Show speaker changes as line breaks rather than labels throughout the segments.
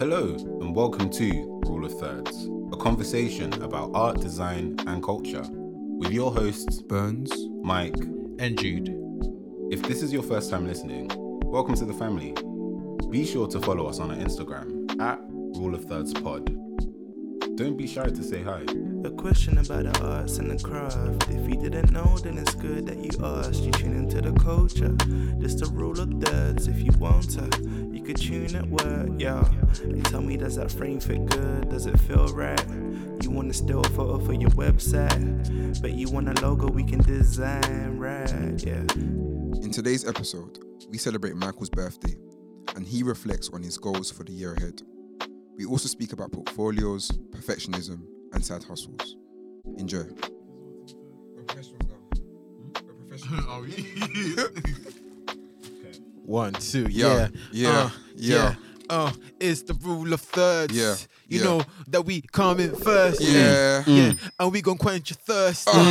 Hello, and welcome to Rule of Thirds, a conversation about art, design, and culture with your hosts,
Burns
Mike.
and Jude.
If this is your first time listening, welcome to the family. Be sure to follow us on our Instagram at Rule of Thirds Pod. Don't be shy to say hi.
A question about the arts and the craft. If you didn't know, then it's good that you asked. You tune into the culture. Just the rule of thirds. If you want to, you could tune at work, yeah. And tell me, does that frame fit good? Does it feel right? You want to steal a photo for your website, but you want a logo we can design, right? Yeah.
In today's episode, we celebrate Michael's birthday and he reflects on his goals for the year ahead. We also speak about portfolios, perfectionism, and side hustles. Enjoy. Oh,
Are we? One, two,
Yeah,
yeah.
yeah,
uh,
yeah.
Uh, it's the rule of thirds.
Yeah,
You
yeah.
know that we come in first.
Yeah. Mm.
Mm.
Uh.
Yeah. And we gonna quench your thirst. yeah.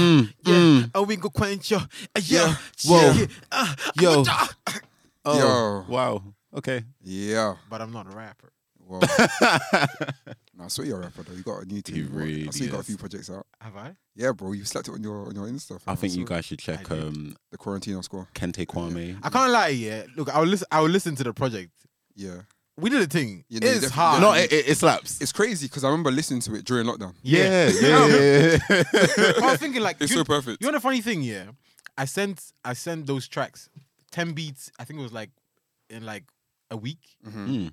And we gonna quench your uh, yeah.
Whoa.
yeah, uh,
Yo.
uh,
Yo.
Wow. Okay.
Yeah.
But I'm not a rapper.
Well, nah, I swear you're a rapper though. You got a new team. bro.
really
I see you got a
is.
few projects out.
Have I?
Yeah, bro. You slapped it on your on your
I
Insta. fam.
think you
saw
guys should check
I did.
um,
the Quarantino score.
Kente Kwame.
I can't lie. Yeah. Look, I will listen. I will listen to the project.
Yeah.
We did a thing.
You know, you
it's
definitely-
hard.
No,
it, it slaps.
It's crazy because I remember listening to it during lockdown.
yeah.
yeah, yeah, yeah, yeah.
I was thinking like
It's
you-
so perfect.
You know the funny thing, yeah? I sent I sent those tracks, ten beats. I think it was like in like a week,
Mhm.
Mm,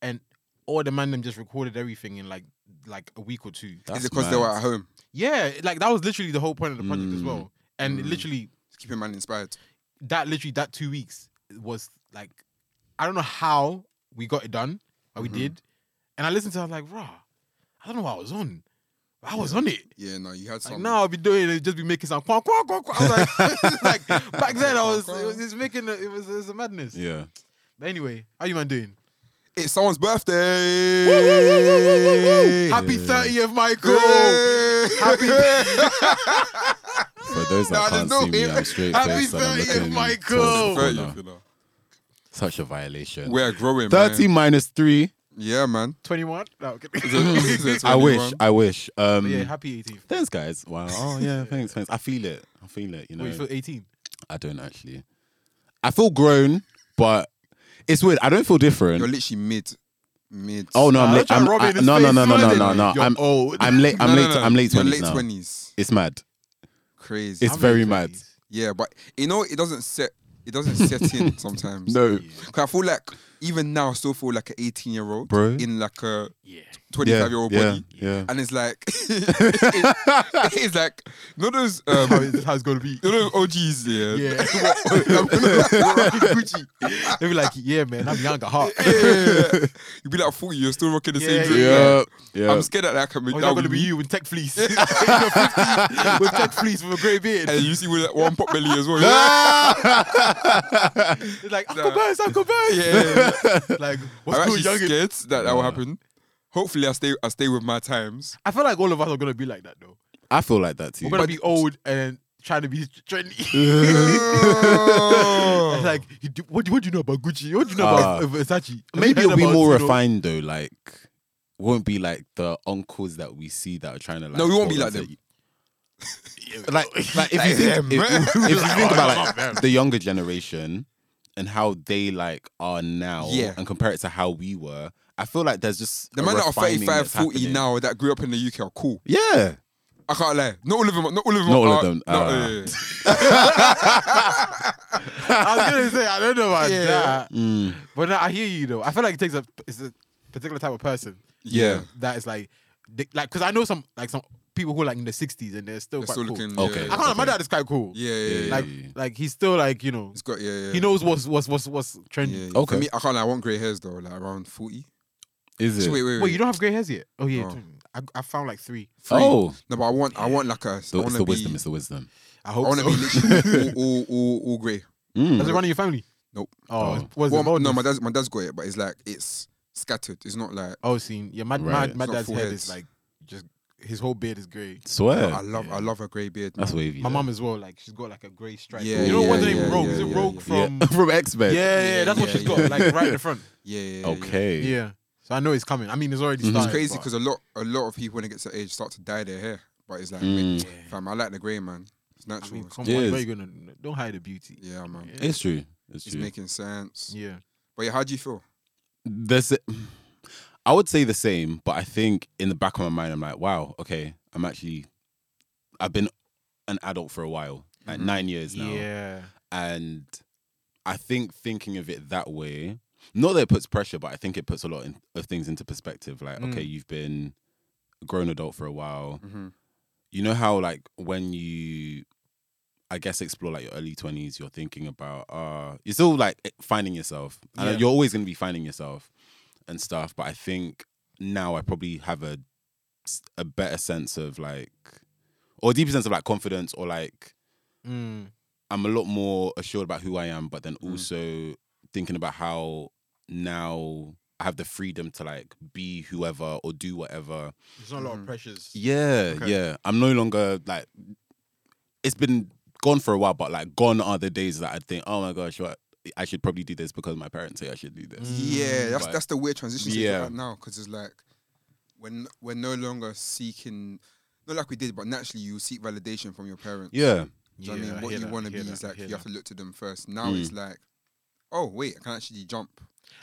and all the man them just recorded everything in like like a week or two.
that's
Is it because they
mad.
were at home?
Yeah, like that was literally the whole point of the project as
Mm.
well. And
Mm.
literally
Keeping man inspired.
that literally that two weeks was like I don't know how we got it done, but
Mhm.
we did. And I listened to it, I was like, rah, I don't know what I was on. but I was on it.
Yeah, no, you had
Like,
some.
now I'll be doing it, just be making some quack quack quack. quack. I was like, like back then I was, it was just making a, it was it was a madness.
Yeah.
But anyway, how you man doing?
It's someone's birthday.
Happy
Yeah.
thirtieth, Michael.
Happy
For those that
Nah, there's
can't
no
see me,
hip-
I'm straight
Happy
faced and I'm
30th,
looking
Michael.
towards the corner.
birthday. you know.
Such a violation.
We're growing.
Thirty
Man.
minus three.
Yeah, man.
Twenty one. No, okay.
Is it
I wish.
21?
I wish.
But
Um,
yeah, happy eighteenth.
thanks, guys. Wow. Oh yeah. Thanks. Thanks. I feel it. I feel it. You know.
Wait, you feel eighteen?
I don't actually. I feel grown, but it's weird. I don't feel different.
You're literally mid. Mid.
oh no, I'm
Nah,
late.
don't
I'm,
try to rub it
I-
in his
no, no,
face,
no, no, no,
man.
no, no.
You're
I'm
old.
I'm late. I'm
No, no,
late.
no.
I'm late.
You're
20s
late
now.
20s.
It's mad.
Crazy.
It's
I'm
very
late
mad.
20s.
yeah, but you know, it doesn't set. It doesn't set in sometimes.
No,
Cause I feel like even now, I still feel like an 18 year old
Bro.
in like a
Yeah.
25
yeah,
year old
yeah,
body.
yeah.
And it's like, it's like, no, those, um,
How is this how it's gonna be?
you know, OGs, yeah.
Yeah.
Gucci.
They be like, yeah, man, I'm young at heart.
Yeah. You be like 40, you're still rocking the
Yeah,
same
yeah,
thing.
Yeah,
like,
yeah.
I'm scared that I can make
Oh,
that.
it's not gonna
with
be
me.
you with tech fleece. You're 50 with tech fleece with a grey beard.
And you see with that one pop belly as well.
It's like Uncle
Nah.
Burns, Uncle Burns.
Yeah, yeah,
Like
I'm
what's
actually
good, youngin?
scared that that will
Yeah.
happen. Hopefully, I stay. I stay with my times.
I feel like all of us are gonna be like that though.
I feel like that too.
We're gonna be old and trying to be trendy.
Oh.
It's like, you do- what, do- what do you know about Gucci? What do you know about
Ah.
uh, Versace?
Maybe it'll be
About,
more
you know-
refined though. Like, won't be like the uncles that we see that are trying to. Like,
No, we won't be
hold
like
on to-
them.
Like, like if you
Like
think,
them.
if, if you think about
them.
like the younger generation and how they like are now,
Yeah.
and compare it to how we were, I feel like there's just
the
a
man that are
refining
35,
that's
40
happening.
now that grew up in the UK are cool.
Yeah,
I can't lie. Not all of them. Not all of them.
Not all of
are-
them,
not-
Ah.
uh,
yeah, yeah, yeah.
I was gonna say I don't know about
Yeah.
that,
Mm.
but no, I hear you though. I feel like it takes a it's a particular type of person.
Yeah.
that is like, they, like because I know some like some people who are like in the sixties and they're still
They're
quite
still
cool.
looking.
Okay.
I
Yeah,
can't. My dad is quite cool.
yeah, yeah. yeah.
like
yeah.
like he's still like you know
It's got yeah, yeah.
he knows what's what's what's what's trendy.
Yeah, yeah.
Okay.
For me, I can't. lie, I want grey hairs though. Like around forty.
is
Just
it?
wait, wait, wait.
Wait, you don't have grey hairs yet? Oh yeah,
Oh.
I, I found like three.
Free.
Oh,
No, but I want. I want like a.
so it's
I want
the
to be.
wisdom. It's the wisdom.
I
I
hope
want to be
so.
literally all, all, all, all grey.
Mm.
Does it run in your family?
Nope.
Oh,
Oh.
was
Well, no,
it baldness?
my dad's my dad's got it, but it's like it's scattered. It's not like
Oh, see, yeah, my
Right.
my, my
It's not
dad's
full
head
heads.
is like just his whole beard is grey.
Swear.
I love I love a grey beard.
That's
man.
wavy.
My
though.
mom as well, like she's got like a grey stripe.
Yeah,
you know
yeah,
what's the
yeah,
name? Rogue.
yeah,
is it
yeah,
Rogue
yeah.
from?
from X Men.
Yeah, yeah,
Yeah,
that's what
yeah,
she's
yeah.
got, like right in the front.
Yeah. yeah, yeah.
Okay.
Yeah, So I know it's coming. I mean, it's already
Mhm. It's
started.
It's crazy
but-
because a lot a lot of people when it gets to age start to dye their hair, but it's like,
Mm.
wait, fam, I like the grey man. It's
I
natural.
mean, come
It
on,
is.
where you gonna don't hide the beauty.
yeah, man.
Yeah.
It's true. It's
It's
true.
making sense.
Yeah.
But yeah, how do you feel?
There's, I would say the same, but I think in the back of my mind, I'm like, wow, okay, I'm actually, I've been an adult for a while, like
Mhm.
nine years now,
Mm-hmm. Yeah.
and I think thinking of it that way, not that it puts pressure, but I think it puts a lot in, of things into perspective. Like,
Mm.
okay, you've been a grown adult for a while.
Mm-hmm.
you know how like when you I guess explore like your early twenties, you're thinking about uh you're still like finding yourself. And
Yeah.
you're always gonna be finding yourself and stuff. But I think now I probably have a a better sense of like or a deeper sense of like confidence or like
Mm.
I'm a lot more assured about who I am, but then
Mm.
also thinking about how now I have the freedom to like be whoever or do whatever
There's not a lot of
Mhm.
pressures.
yeah,
Okay.
yeah. I'm no longer like it's been gone for a while, but like gone are the days that I think, oh my gosh, what I should probably do this because my parents say I should do this.
Mm.
Yeah, that's
But-
that's the weird transition stage
Yeah.
right now because it's like when we're no longer seeking, not like we did, but naturally you seek validation from your parents.
Yeah,
Do you know what I mean? What you want to be is like you have to look to them first. Now
Mm.
it's like, oh wait, I can actually jump.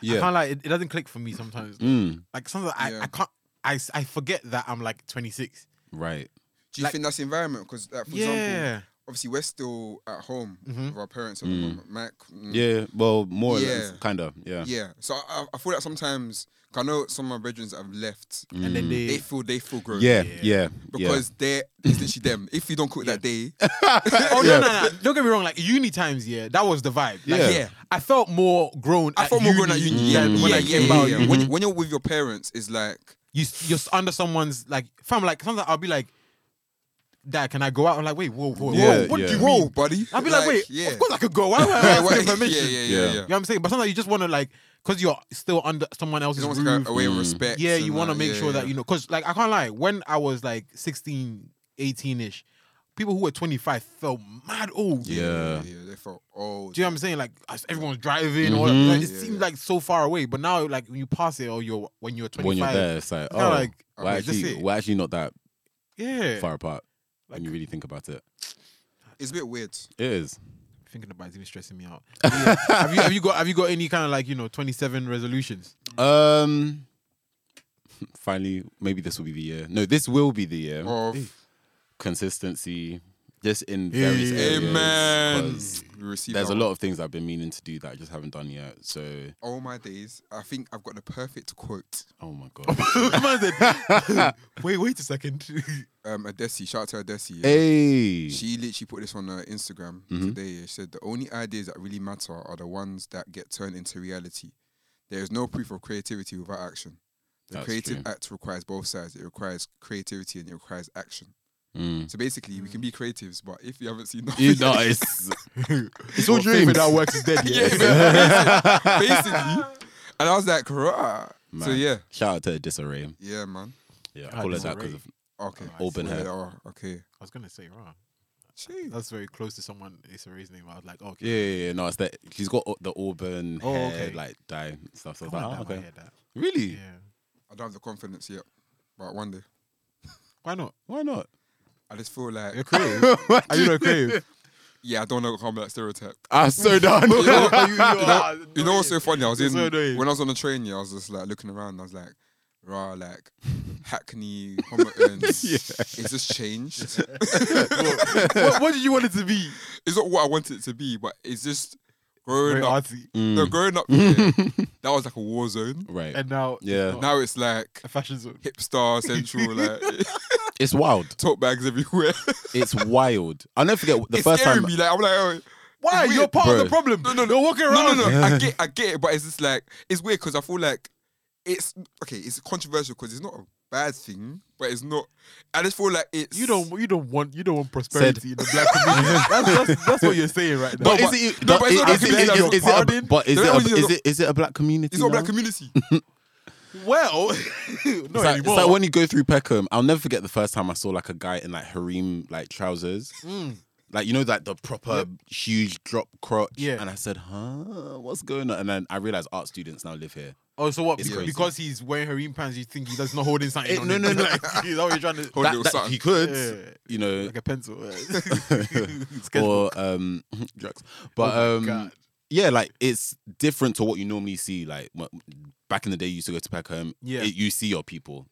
Yeah. I
yeah.
can't like it, it doesn't click for me sometimes.
Mm,
Like sometimes I,
Yeah.
I can't I, s- I forget that I'm like 26.
right.
Do you
Like-
think that's the environment? Because like, for example,
yeah.
obviously we're still at home
Mhm.
with our parents at
Mm.
the moment. Mac, mm,
Yeah. Well, more or less,
Yeah.
kind of. Yeah.
yeah. So I, I- I feel like sometimes 'cause I know some of my brethren that have left.
And then
Mm.
they,
They feel they feel grown.
Yeah,
Yeah.
yeah, yeah.
Because they're it's literally them. If you don't cook that day,
Oh
Yeah.
no, no, no. Don't get me wrong, like uni times, yeah, that was the vibe. Like,
Yeah.
yeah. I felt more grown
I
at
felt more grown at uni. Yeah,
than
Mm.
yeah,
when
yeah,
I
yeah,
came out.
yeah. When,
Mm-hmm.
when you're with your parents, it's like
you you're under someone's like fam like sometimes I'll be like dad can I go out I'm like wait whoa whoa
Yeah,
whoa what
yeah.
do you
whoa,
mean
buddy.
I'll be like, wait
yeah.
of course I could go why would I ask
Wait,
your
wait,
permission
Yeah,
Yeah.
yeah, yeah.
you know what I'm saying but sometimes you just want to like because you're still under someone
It's
else's
almost
roof
like a, a way of
Mm.
respect.
yeah
and
you want to
like,
make
yeah,
sure that
yeah.
you know because like I can't lie when I was like 16 18 ish people who were 25 felt mad old
Yeah.
yeah, yeah, they felt old.
do you know what I'm saying? Like as everyone's driving, or
Mhm.
like, it
Yeah,
seemed
yeah.
like so far away. But now, like when you pass it, or you're when you're 25,
When you're there, it's like,
it's
oh,
kinda like,
we're,
wait, that's
actually,
it.
we're actually not that
yeah,
far apart
Like-
when you really think about it.
It's a bit weird.
It is.
thinking about it's even stressing me out. But yeah, have you have you got have you got any kind of like you know twenty seven resolutions?
Um, finally, maybe this will be the year. No, this will be the year.
Of
consistency just in various areas.
amen.
'cause
We received
There's a
our-
lot of things I've been meaning to do that I just haven't done yet. So,
All my days, I think I've got the perfect quote.
oh my god.
Man said, wait wait a second.
Um, Adesi, shout out to Adesi. yeah.
hey.
She literally put this on her Instagram
Mhm.
today. She said, The only ideas that really matter are the ones that get turned into reality. There is no proof of creativity without action. The
That's
creative
true.
act requires both sides. It requires creativity and it requires action.
Mm.
So basically, we can be creatives, but if you haven't seen nothing,
You know, it's, it's all
Your
dreams.
favorite that works is dead.
yeah, man, basically, basically. And I was like, rah. So
Man.
yeah,
Shout out to Disarray.
yeah, man.
Yeah, I
Ah,
call her that because
Disarray.
of
Okay,
Alright,
Auburn
Where they
hair.
are, okay.
I was gonna say wrong.
Jeez.
That's very close to someone. It's a reason name. I was like, okay.
Yeah, yeah, yeah, no, it's that she's got au- the Auburn
Oh,
hair,
okay.
like dye and stuff. So I
I
was like,
wanna
oh,
dye my
okay,
hair that.
really?
Yeah.
I don't have the confidence yet, but one day.
Why not?
Why not?
I just feel like,
You're creative. Are you not creative?
yeah, I don't know how that stereotype.
I'm so done.
You know-
you
you
are
know, you know what's so funny? I was
You're
in
so annoying.
when I was on the train. Yeah, I was just like looking around. I was like, rah, like Hackney, Homerton.
Yeah.
It's just changed.
what, what did you want it to be?
It's not what I wanted it to be, but it's just growing
Very
up.
artsy.
No,
Mm.
growing up, yeah, that was like a war zone.
Right.
And now, it's
Yeah.
not
Now it's like
a fashion zone.
hipster central, like
it's wild.
tote bags everywhere.
It's wild. I'll never forget the
it's
first
scaring
time.
me. Like I'm like, oh.
Why?
Weird,
You're part of
bro.
the problem.
No, no,
You're walking
no,
around.
no, no. I get, I get it, but it's just like it's weird because I feel like it's okay. It's controversial because it's not a bad thing, but it's not. I just feel like it's
You don't. You don't want. You don't want prosperity in the black community. that's, that's, that's what you're saying right now.
But
No,
is
but-
it?
no,
but
but it's
is-
not
is it-
like it's
is- is
not
it a- But is
They're
it?
always
a-
just-
Is it? Is it a black community?
It's not a black
now?
community.
well, not
It's like, it's
anymore.
like when you go through Peckham. I'll never forget the first time I saw like a guy in like harem like trousers,
Mm.
like you know, like the proper huge drop crotch.
Yeah.
And I said, "Huh, what's going on?" And then I realized art students now live here.
Oh, so what?
It's
be-
crazy.
Because he's wearing harem pants, you think he does not holding something?
Eh,
on
no,
him?
no, no.
Like, is that what you're trying to?
Hold
That-
your
that
son.
he could,
Yeah.
you know,
like a pencil. Sketchbook.
or um, drugs. But
Oh
um,
my God.
yeah, like it's different to what you normally see. Like m- back in the day, you used to go to back home.
Yeah.
it- you see your people.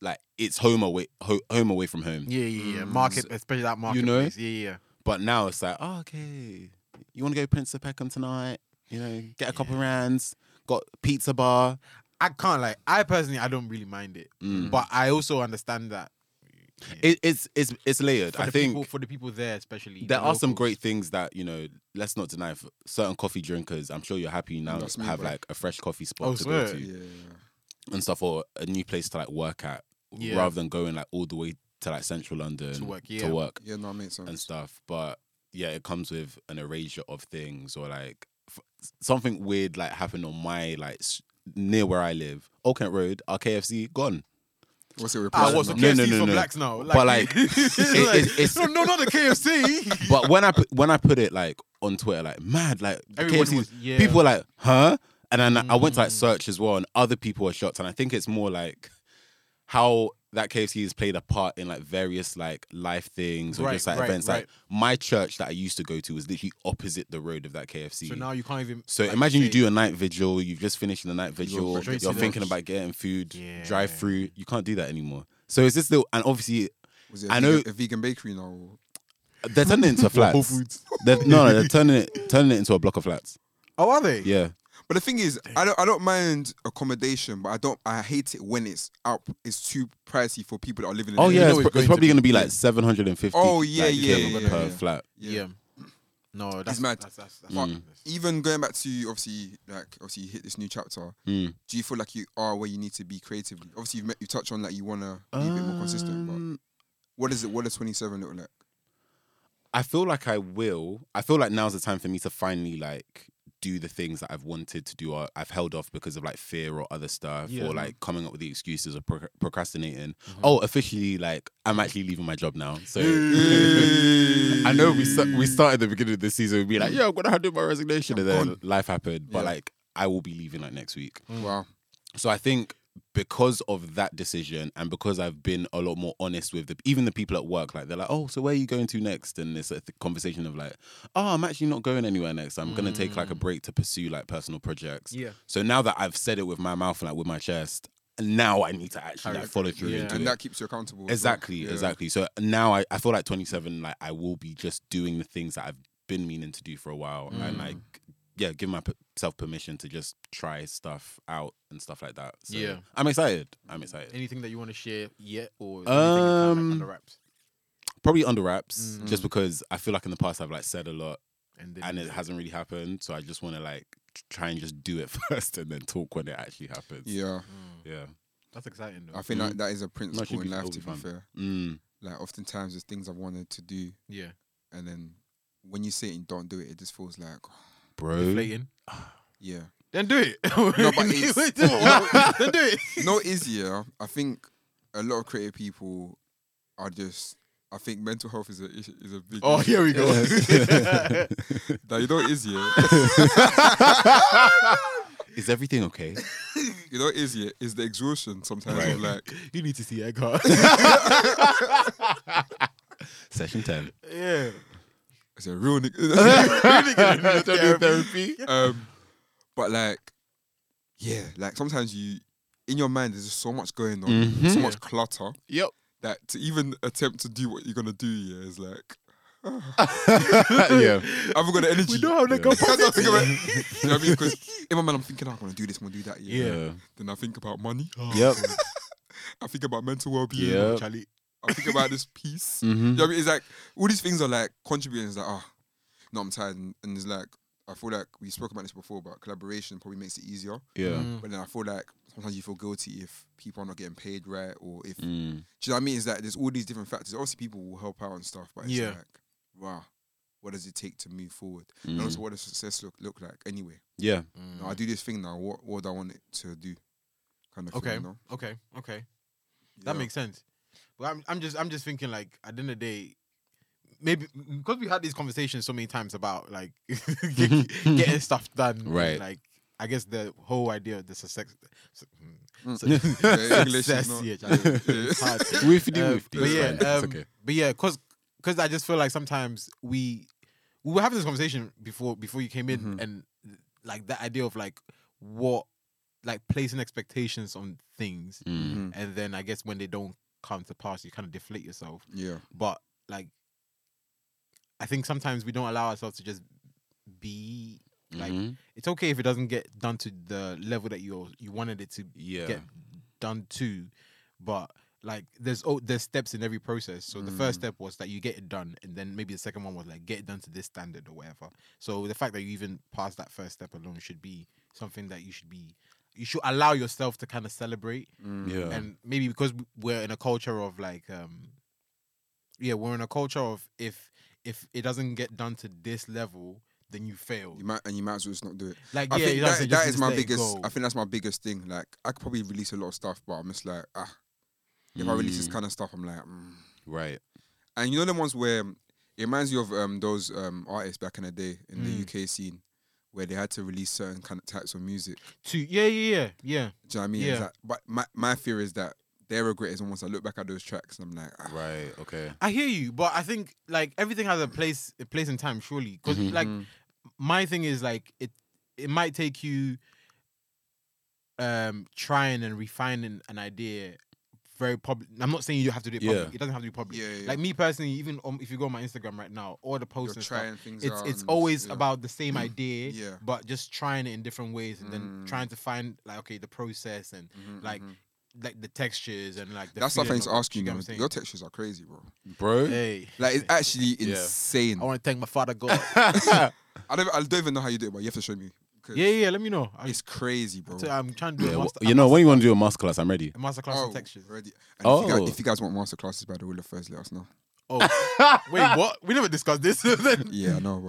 Like it's home away, ho- home away from home.
yeah, yeah, yeah. Market, especially that market.
Mm. know?
yeah, yeah.
But now it's like, oh, okay, you want to go Prince of Peckham tonight? You know, get a couple rands. Got pizza bar.
I can't like. I personally, I don't really mind it,
Mm.
but I also understand that. yeah,
It, it's it's it's layered.
for
I
the
think
people, for the people there, especially
there
the
are some
locals.
great things that you know. Let's not deny for certain coffee drinkers. I'm sure you're happy now
That's
to
me,
have
bro.
like a fresh coffee spot
Oh,
to
swear.
go to.
Yeah.
and stuff or a new place to like work at
Yeah.
rather than going like all the way to like central London
To work,
to
yeah.
work
Yeah, no, it makes
and
sense.
stuff. But yeah, it comes with an erasure of things or like f- something weird like happened on my like s- near where I live, Old Kent Road, our KFC gone.
What's it
Ah,
replaced?
what's the
with
No,
KFC
no, no,
for
no.
blacks now? Like,
But, like,
it's
it-
like,
it's- it's-
no, no, not the KFC.
But when I put, when I put it like on Twitter, like mad, like
Everyone
KFC,
was- yeah. Mm.
people were like, huh? And then I went to like search as well, and other people were shocked. And I think it's more like how that KFC has played a part in like various like life things or
Right,
just like
right,
events. Like
right.
my church that I used to go to was literally opposite the road of that KFC.
so now you can't even.
So
like
imagine you
say-
do a night vigil. You've just finished the night vigil.
straight
You're
to
thinking
lunch.
about getting food,
Yeah.
drive through. You can't do that anymore. So it's just still, and obviously
Was it a
I
vegan-
know-
a vegan bakery now. or-
they're turning it into
Whole
flats.
Foods.
They're, no, no, they're turning it turning it into a block of flats.
Oh, are they?
Yeah,
But the thing is, I don't I don't mind accommodation, but I don't I hate it when it's up. It's too pricey for people that are living in.
Oh
the
yeah,
know
it's,
it's
pro-
going
it's
to
probably
be-
going to be like seven hundred and fifty.
Oh, yeah, yeah,
yeah,
per
yeah.
flat.
Yeah. No, that's
mad.
That's, that's, that's
But
Mm.
madness.
even going back to obviously like obviously you hit this new chapter.
Mm.
Do you feel like you are where you need to be creatively? Obviously you've met, you touch on like you wanna be a bit more consistent, but
Um,
what is it? What does twenty seven look like?
I feel like I will. I feel like now's the time for me to finally like do the things that I've wanted to do or I've held off because of like fear or other stuff
Yeah.
or like coming up with the excuses or pro- procrastinating. Oh, officially, like I'm actually leaving my job now. So I know we sta- we started the beginning of the season. We'd be like, yeah, I'm gonna handle my resignation, and then life happened. But
Yeah.
like, I will be leaving like next week.
Wow.
So I think because of that decision and because I've been a lot more honest with the, even the people at work, like they're like, oh, so where are you going to next? And it's a th- conversation of like, oh, I'm actually not going anywhere next. I'm going to take like a break to pursue like personal projects.
Yeah.
So now that I've said it with my mouth and like with my chest, now I need to actually like, follow through
Yeah.
and do
And
it.
that keeps you accountable. as well.
Exactly,
Yeah.
exactly. So now I, I feel like 27, like I will be just doing the things that I've been meaning to do for a while and like, yeah, give myself permission to just try stuff out and stuff like that. So
Yeah.
I'm excited. I'm excited.
Anything that you want to share yet, or is everything kind of like
Um,
under wraps?
Probably under wraps just because I feel like in the past I've like said a lot
And,
and it hasn't really happened. So I just want to like t- try and just do it first and then talk when it actually happens.
Yeah.
Yeah.
Mm, that's exciting. Though.
I think
Mm.
that, that is a
should
principle
be-
in life
it'll
to
be
be
fun.
fair.
Mm.
Like oftentimes there's things I've wanted to do
yeah,
and then when you say it and don't do it, it just feels like oh,
Bro.
deflating.
yeah.
Then do it.
but it's-
Wait, do it. then do it.
no, it is yeah. I think a lot of creative people are just. I think mental health is a is is a big.
Oh, here we go.
That you know it is yeah.
Is everything okay?
you know it is yeah. Is the exhaustion sometimes of like
you need to see Edgar.
Session 10.
yeah.
it's a real nigga.
Don't do therapy.
um, but like, yeah, like sometimes you in your mind there's just so much going on,
Mm-hmm.
so much clutter
Yep.
that to even attempt to do what you're gonna do yeah is like
yeah.
I haven't got the energy.
We don't have the
I
capacity.
don't think about, you know what I mean? Because in my mind, I'm thinking, "Oh, I'm going to do this, I'm going to do that. Yeah.
Yeah.
Then I think about money.
Yep.
I think about mental well being.
Yeah.
Charlie.
I think about this peace.
Mm.
You
Mm-hmm.
know what I mean? It's like, all these things are like contributing. It's like, ah, no, I'm tired. And, and it's like, I feel like we spoke about this before, but collaboration probably makes it easier.
Yeah.
Mm.
But then I feel like sometimes you feel guilty if people are not getting paid right or if, do
Mm.
you know what I mean? It's like, there's all these different factors. Obviously, people will help out and stuff, but it's
Yeah.
like, wow, what does it take to move forward? And
Mm.
also, what does success look, look like anyway?
Yeah.
Mm-hmm.
No,
Mm.
I do this thing now. What what do I want it to do? Kind of
Okay.
Thing, you know?
Okay. Okay. That
Yeah.
makes sense. But I'm, I'm just I'm just thinking like at the end of the day, maybe because we had these conversations so many times about like get- getting stuff done, and,
Right.
Like I guess the whole idea of the success.
Mm.
success-
Yeah, English is
success,
not-
yeah, I know. It's hard.
Wiffy
Um,
woof.
but yeah,
it's
um,
okay.
but yeah, cause, cause I just feel like sometimes we we were having this conversation before before you came in,
Mm-hmm.
Mhm.
and like that idea of like what like placing expectations on things,
Mm.
Mhm.
and then I guess when they don't come to pass, you kind of deflate yourself.
Yeah.
But like, I think sometimes we don't allow ourselves to just be like
Mhm.
it's okay if it doesn't get done to the level that you you wanted it to
yeah.
get done to, but like there's oh there's steps in every process. So the first
Mm.
step was that you get it done, and then maybe the second one was like get it done to this standard or whatever. So the fact that you even passed that first step alone should be something that you should be you should allow yourself to kind of celebrate
Mm.
Yeah.
and maybe because we're in a culture of like um yeah we're in a culture of if if it doesn't get done to this level then you failed
You might and you might as well just not do it.
like
I
yeah
think
you have to
that, that
just
is my
let it
biggest.
go.
I think that's my biggest thing. Like I could probably release a lot of stuff, but I'm just like, ah, if I release this
Mm.
kind of stuff, I'm like, mm.
Mm-hmm. right.
and you know the ones where um, it reminds you of um, those um, artists back in the day in
Mm.
the UK scene where they had to release certain kind of types of music.
to yeah yeah yeah yeah
Do you know what I mean?
Yeah.
It's like, but my my fear is that their regret is once I look back at those tracks and I'm like, ah,
Right. Okay.
I hear you, but I think like everything has a place, a place and time, surely. Because
Mhm.
like
mm,
my thing is like it, it might take you, um, trying and refining an idea, very public. I'm not saying you have to do it
Yeah.
public. It doesn't have to be public.
Yeah, yeah.
Like me personally, even on, if you go on my Instagram right now, all the
you're
posts and stuff,
trying things.
it's
out
it's
and-
always
yeah.
about the same idea,
Yeah.
but just trying it in different ways and then
Mm.
trying to find like okay the process and
Mhm,
like,
mhm.
like the textures and like the
that's something
feeling
to
of it.
ask you.
get
Man.
what I'm saying?
Your textures are crazy, bro.
Bro.
Hey,
Like it's actually
Yeah.
insane.
I want to thank my father God.
I don't I don't even know how you do it, but you have to show me. 'cause
Yeah, yeah, let me know. I,
It's crazy, bro.
so I'm trying to do
Yeah,
a
well,
master,
you know, when you want to do a masterclass, I'm ready.
a masterclass
Oh,
in textures.
already. And if, you
Oh.
guys, if you guys want master classes, by the way, the first let us know.
Oh, wait, what? We never discussed this.
Yeah, I know,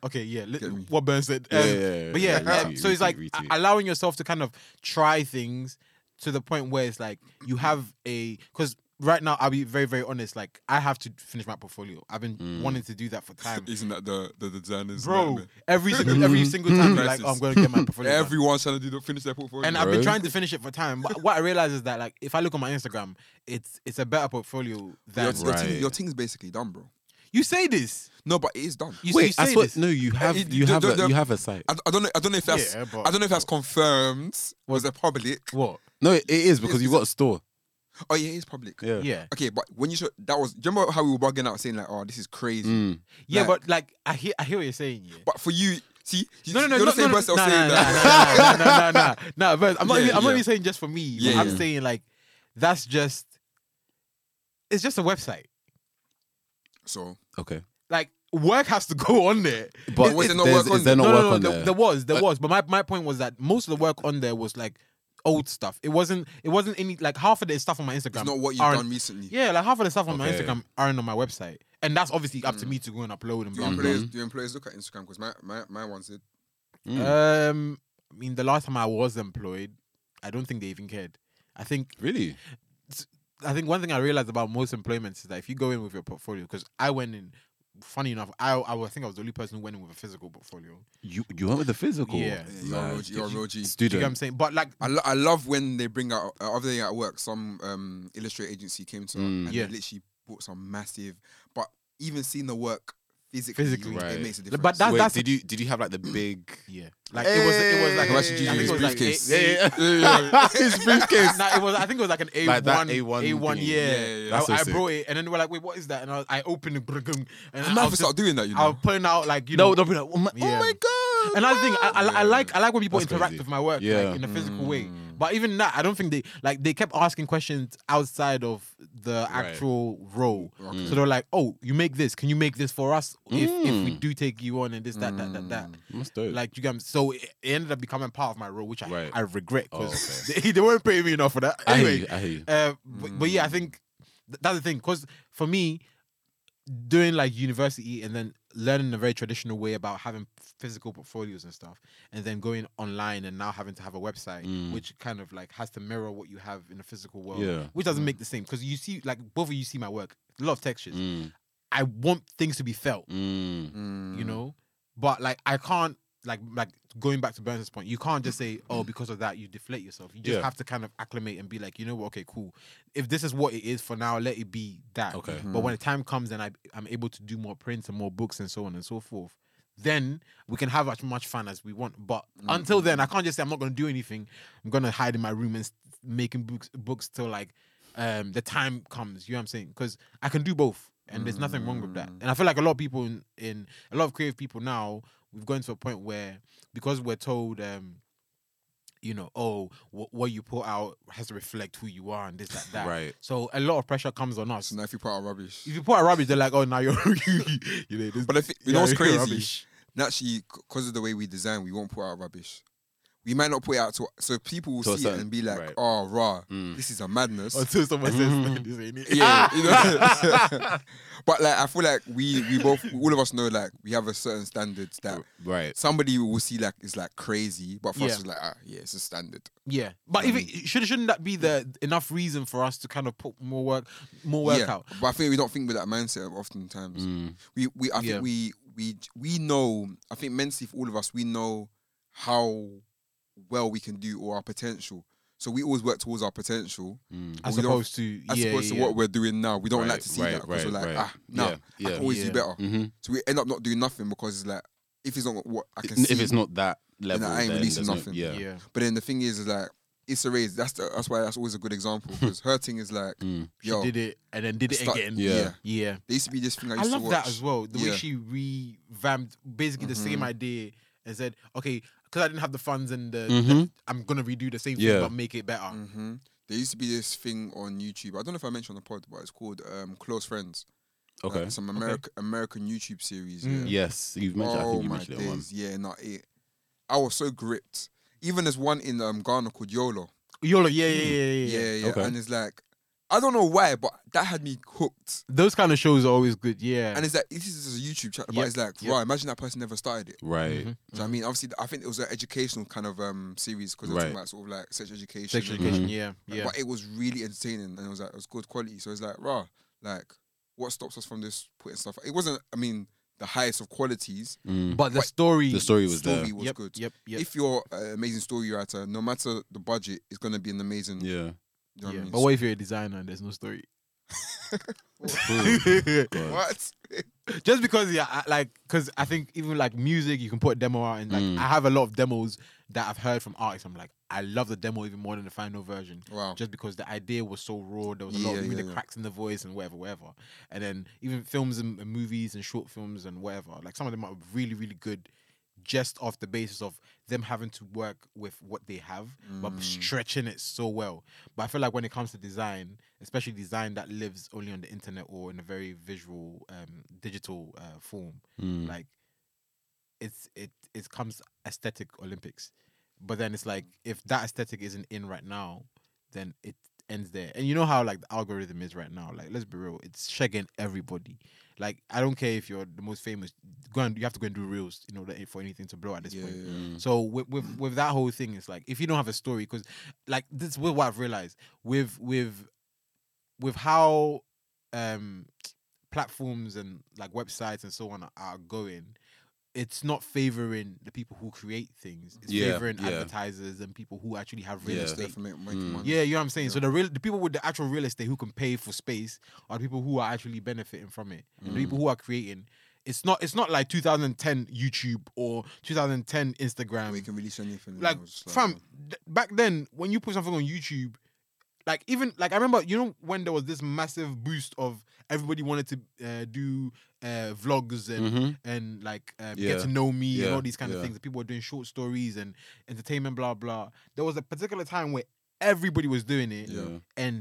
but
okay, yeah, let,
Get me.
what Burn said. Um, but yeah, um,
retweet,
so it's like
retweet,
a-
retweet.
allowing yourself to kind of try things to the point where it's like you have a because right now I'll be very very honest. Like I have to finish my portfolio. I've been
Mm.
wanting to do that for time.
isn't that the the designers,
Bro, every single every single time, you're like, oh, I'm going to get my portfolio. done.
Everyone's trying to do the, finish their portfolio.
and I've been
Bro.
trying to finish it for time. But what I realize is that like if I look on my Instagram, it's it's a better portfolio
your,
than
your,
Right.
thing, your thing's basically done, bro.
you say this.
No, but it is done.
You, you
Wait,
say
I thought
this.
no. You have
it-
you
the-
have
the-
a,
the-
you have a site.
I, I don't know. I don't know if that's.
Yeah, but-
I don't know if that's confirmed. Was it public?
What?
No, it, it is because
Is-
you've
is
got a store.
Oh yeah, it's public.
Yeah.
Yeah,
Okay, but when you show that was, do you remember how we were bugging out saying like, "Oh, this is crazy."
Mm.
yeah,
Like-
but like I hear, I hear what you're saying. Yeah.
But for you, see, you-
No, no, no,
you're
no,
the same
no,
person
no,
saying
no,
that.
no, no, no, no, no, no, but I'm not,
Yeah,
even, I'm not
yeah.
even saying just for me.
Yeah,
I'm
yeah.
saying like that's just it's just a website.
So
Okay.
Like work has to go on there.
But
Is- is there not
there's-
work on
is there
no,
not
no,
work
no,
on
there,
there?
there was, there was, but my, my point was that most of the work on there was like old stuff. It wasn't, it wasn't any like half of the stuff on my Instagram.
it's not what you've
aren't-
done recently.
Yeah, like half of the stuff on my
Okay.
Instagram aren't on my website, and that's obviously up to me to go and upload and
Do
blah blah.
Mm-hmm.
employees do employees look at Instagram? Because my, my my ones did.
Mm.
Um, I mean, the last time I was employed, I don't think they even cared. I think
really?
I think one thing I realized about most employments is that if you go in with your portfolio, because I went in. Funny enough, I I was- think I was the only person who went in with a physical portfolio.
You you went with the physical.
Yeah.
Yeah, you're, a real,
Nah,
G- you're a real G.
Do you get what I'm
Student.
saying? But like,
Mm.
I, lo- I love when they bring out uh, other day at work some um illustrate agency came to us
Mm.
and
Yeah.
they literally bought some massive but even seeing the work physically,
Physically.
it
Right.
makes a
But
difference.
that-
Wait,
that's-
did you did you have like the big?
yeah, like it was it was like
Hey. Where's the
I think it was like
briefcase?
A-
Yeah,
yeah.
His briefcase.
Nah, it was. I think it was like an A
Like
one,
that
A one,
A1
A one.
thing.
Yeah,
Yeah, yeah, yeah.
That's so
I, I
sick.
brought it, and then they were like, "Wait, what is that?" And I, I opened it, brrrgum, and
I'm
I
not
was,
start doing that, you
I was
know.
putting out like you know.
No, they'll be like, oh my,
Yeah.
oh my god.
Another thing, I, I, I
Yeah.
like I like when people
That's
interact
crazy.
with my work like,
Yeah.
in a physical way.
Mm.
But even that, I don't think they like they kept asking questions outside of the
Right.
actual role.
Okay.
So they're like, "Oh, you make this? Can you make this for us if if we
Mm.
do take you on and this that that that that."
That's dope.
Like you get me? so it it ended up becoming part of my role, which I
Right.
I regret
Oh,
because they, they weren't paying me enough for that.
I hear
Anyway,
you, I hear you.
uh, but, but yeah, I
Mm.
think th- that's the thing. Because for me, doing like university and then learning a very traditional way about having physical portfolios and stuff, and then going online and now having to have a website,
Mm.
which kind of like has to mirror what you have in the physical world,
Yeah.
which doesn't
Mm.
make the same. Because you see, like both of you see my work, a lot of textures.
Mm,
I want things to be felt,
mm.
Mm.
you know, but like I can't like like going back to Burns' point, you can't just say, "Oh, because of that, you deflate yourself." You just
Yeah.
have to kind of acclimate and be like, you know what? Okay, cool. If this is what it is for now, let it be that.
Okay.
But when the time comes and I I'm able to do more prints and more books and so on and so forth, then we can have as much fun as we want. But until then, I can't just say I'm not going to do anything. I'm going to hide in my room and s- making books books till like um the time comes. You know what I'm saying? Because I can do both, and there's nothing wrong with that. And I feel like a lot of people in, in a lot of creative people now we've gone to a point where because we're told um you know oh wh- what you put out has to reflect who you are and this that that
Right.
so a lot of pressure comes on us
So now if you put out rubbish,
if you put out rubbish they're like oh now you're you know this
but if you
yeah,
know what's
you're
crazy,
rubbish.
naturally because of the way we design, we won't put out rubbish. We might not put it out to so people will
To a
see
certain-
it and be like,
right.
"Oh, rah,
Mm.
this is a madness."
until someone says "Man, this ain't it."
yeah, you know. but like, I feel like we we both all of us know like we have a certain standards that
Right.
somebody will see like is like crazy, but for
Yeah.
us it's like ah yeah, it's a standard.
yeah but if it, should, shouldn't that be the enough reason for us to kind of put more work more work
yeah,
out
but I think we don't think with that mindset oftentimes.
Mm.
We we I think
Yeah.
we we we know. I think mentally for all of us, we know how well we can do or our potential. So we always work towards our potential.
Mm.
as
we don't-
opposed to
As
yeah,
opposed
yeah,
to what we're doing now, we don't
Right,
like to see
right,
that because we're
right,
like,
right.
ah, no,
Yeah,
I
yeah.
can always
Yeah.
do better.
hmm
So we end up not doing nothing because it's like, if it's not what I can see,
If it's not that level,
I ain't
then
releasing
there's no-
nothing.
yeah.
yeah.
But then the thing is, is like, it's a raise. That's the, that's why that's always a good example because hurting is like,
Mm.
she
yo,
did it and then did it
start-
again
Yeah.
yeah
There used to be this thing I
I
used to
love
watch.
that as well. The
Yeah. Mm-hmm.
way she revamped basically the same idea and said, okay, because I didn't have the funds and the,
Mm.
the-
Mhm.
I'm gonna redo the same
Yeah.
thing but make it better.
hmm There used to be this thing on YouTube. I don't know if I mentioned on the pod, but it's called um, Close Friends. Like,
Okay.
some American American YouTube series.
Mm.
Yeah.
Yes, you've mentioned. I
Oh
think you
my
mentioned it once.
days. Yeah, not it. I was so gripped. Even there's one in um, Ghana called YOLO.
Yolo, yeah, yeah, yeah, yeah,
Yeah,
yeah.
yeah.
Okay.
And it's like, I don't know why, but that had me hooked.
Those kind of shows are always good. Yeah,
And it's like, this is just a YouTube channel, but
Yep,
it's like,
yep.
right, imagine that person never started it.
Right.
Mm-hmm.
Do you know what I mean? Obviously, I think it was an educational kind of um series because they're talking
Right.
about sort of like sex education.
sexual
and-
education. Yeah, yeah.
But it was really entertaining and it was like, it was good quality. So it's like, rah, like, what stops us from this putting stuff? It wasn't, I mean, the highest of qualities.
Mm.
But the story,
The story was
story
there.
was
yep,
good.
Yep, yep.
If you're an amazing story writer, no matter the budget, it's going to be an amazing.
Yeah.
You know what
yeah.
I mean?
But what if you're a designer and there's no story?
God.
What?
Just because, yeah, I, like, because I think even like music, you can put a demo out, and like,
Mm.
I have a lot of demos that I've heard from artists. I'm like, I love the demo even more than the final version.
Wow.
just because the idea was so raw. There was a
Yeah,
lot of
yeah,
the
yeah.
cracks in the voice and whatever, whatever. And then even films and, and movies and short films and whatever, like some of them are really, really good just off the basis of them having to work with what they have, but
Mm.
stretching it so well. But I feel like when it comes to design, especially design that lives only on the internet or in a very visual, um, digital uh, form,
Mm.
like it's it it comes aesthetic olympics but then it's like if that aesthetic isn't in right now then it ends there and you know how like the algorithm is right now like let's be real it's shagging everybody like i don't care if you're the most famous go and you have to go and do reels in order for anything to blow at this
Yeah,
point
yeah, yeah.
Mm.
uh, so with, with with that whole thing, it's like if you don't have a story, because like this is what I've realized with with with how um platforms and like websites and so on are going, it's not favoring the people who create things. It's
Yeah,
favoring
yeah.
advertisers and people who actually have real
Yeah.
It's there
estate.
for ma- making
Mm.
money.
Hmm. Yeah, you know what I'm saying.
Yeah.
So the real the people with the actual real estate who can pay for space are the people who are actually benefiting from it. And the people
Mm.
who are creating. It's not it's not like 2010 YouTube or 2010 Instagram
we can release anything. and
um, like
I was just
fam
oh.
th- back then when you put something on youtube like even like i remember you know when there was this massive boost of everybody wanted to uh, do uh, vlogs and
Mhm.
and like um,
Yeah.
get to know me and
Yeah.
all these kind of
Yeah.
things people were doing short stories and entertainment blah blah there was a particular time where everybody was doing it
Yeah.
and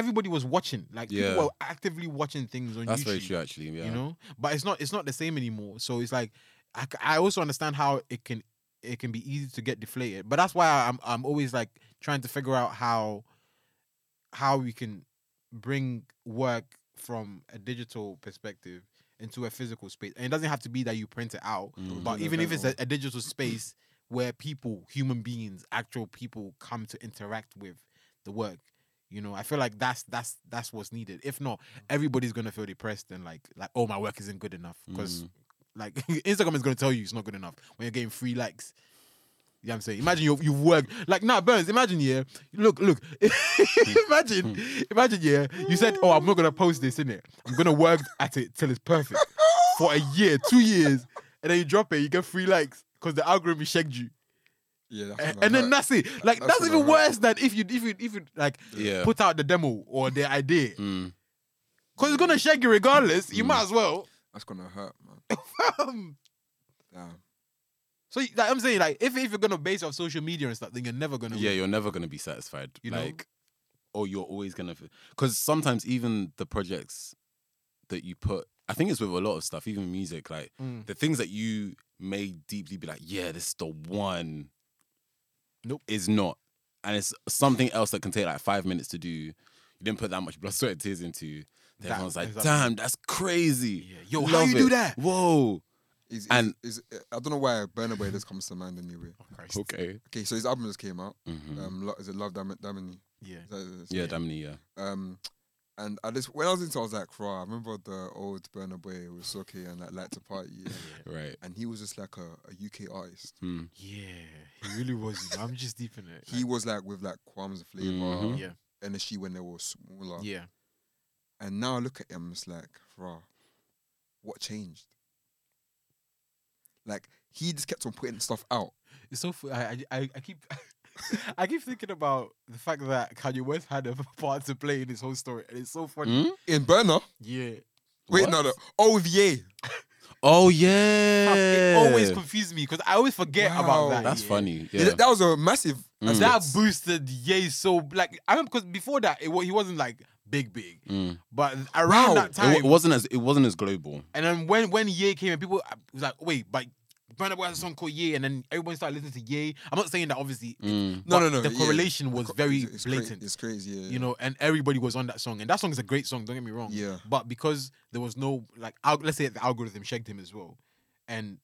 everybody was watching like
Yeah.
people were actively watching things on
That's
youtube
very true, actually. Yeah.
you know but it's not it's not the same anymore so it's like I, c- I also understand how it can it can be easy to get deflated but that's why i'm i'm always like trying to figure out how how we can bring work from a digital perspective into a physical space and it doesn't have to be that you print it out
Mm.
but
Yeah,
even if it's a,
definitely.
a digital space where people human beings actual people come to interact with the work you know i feel like that's that's that's what's needed if not everybody's gonna feel depressed and like like oh my work isn't good enough because Like Instagram is gonna tell you it's not good enough when you're getting free likes. You know what I'm saying? Imagine you you work like nah Burns, imagine yeah. Look, look. imagine, imagine, yeah. You said, Oh, I'm not gonna post this, innit? I'm gonna work at it till it's perfect. For a year, two years, and then you drop it, you get free likes because the algorithm shagged you.
Yeah, that's
eh, And,
what I
and then
like.
that's it. Like
That's
that's,
what
even
I like.
worse than if you if you if you like
Yeah.
put out the demo or the idea.
Mm.
Cause it's gonna shag you regardless. You
Mm.
might as well. Um,
that's gonna hurt, man. Damn.
so like, I'm saying, like, if if you're gonna base it off social media and stuff, then you're never gonna.
Yeah,
win.
you're never gonna be satisfied.
You know?
like, or you're always gonna, because sometimes even the projects that you put, I think it's with a lot of stuff, even music. Like
Mm.
the things that you may deeply be like, yeah, this is the one.
Nope.
is not, and it's something else that can take like five minutes to do. You didn't put that much blood, sweat, and tears into. Then
That-
everyone's like,
exactly.
damn, that's crazy.
Yeah. Yo, how you do that?
Whoa.
Is, is,
And-
is, I don't know why Burner Boy just comes to mind anyway.
Oh, Christ.
Okay.
Okay, so his album just came out.
Mhm.
Um, Lo- is it Love Damn Damn
Yeah.
yeah, Damini, yeah.
Um, and I just when I was into, it, I was like, "Raw." I remember the old Burner Boy with Soke and that like to party,
Right.
and he was just like a, a UK artist.
Mm.
Yeah. He really was. you know, I'm just deep in it.
He was like Mm-hmm. with like Qualms Flavor,
Mhm.
Yeah.
Energy when they were smaller.
Like, yeah.
And now I look at him, it's like, "Raw, what changed?" Like he just kept on putting stuff out.
It's so. fu- I I- I I keep. I keep thinking about the fact that Kanye West had a part to play in this whole story, and it's so funny.
Mm?
In Burner,
Yeah,
wait,
What?
no, no, oh yeah,
Oh
Fam,
yeah.
it always confused me because I always forget
Wow.
about that.
That's
yeah.
funny.
Yeah,
Yeah.
that was a massive.
Mm.
That boosted Ye so like I remember because before that it, wa- he wasn't like big big,
Mm.
but
Wow.
around that
It wa-
time
It wasn't as it wasn't as global.
And then when when Ye came and people I was like, wait, but Burna Boy has a song called Ye, and then everyone started listening to Ye. I'm not saying that obviously.
Mm.
No,
but
no, no,
The
yeah.
correlation was very
It's cra-
blatant,
it's crazy, yeah.
you know, and everybody was on that song, and that song is a great song. Don't get me wrong.
Yeah.
But because there was no like, al- let's say the algorithm shagged him as well, and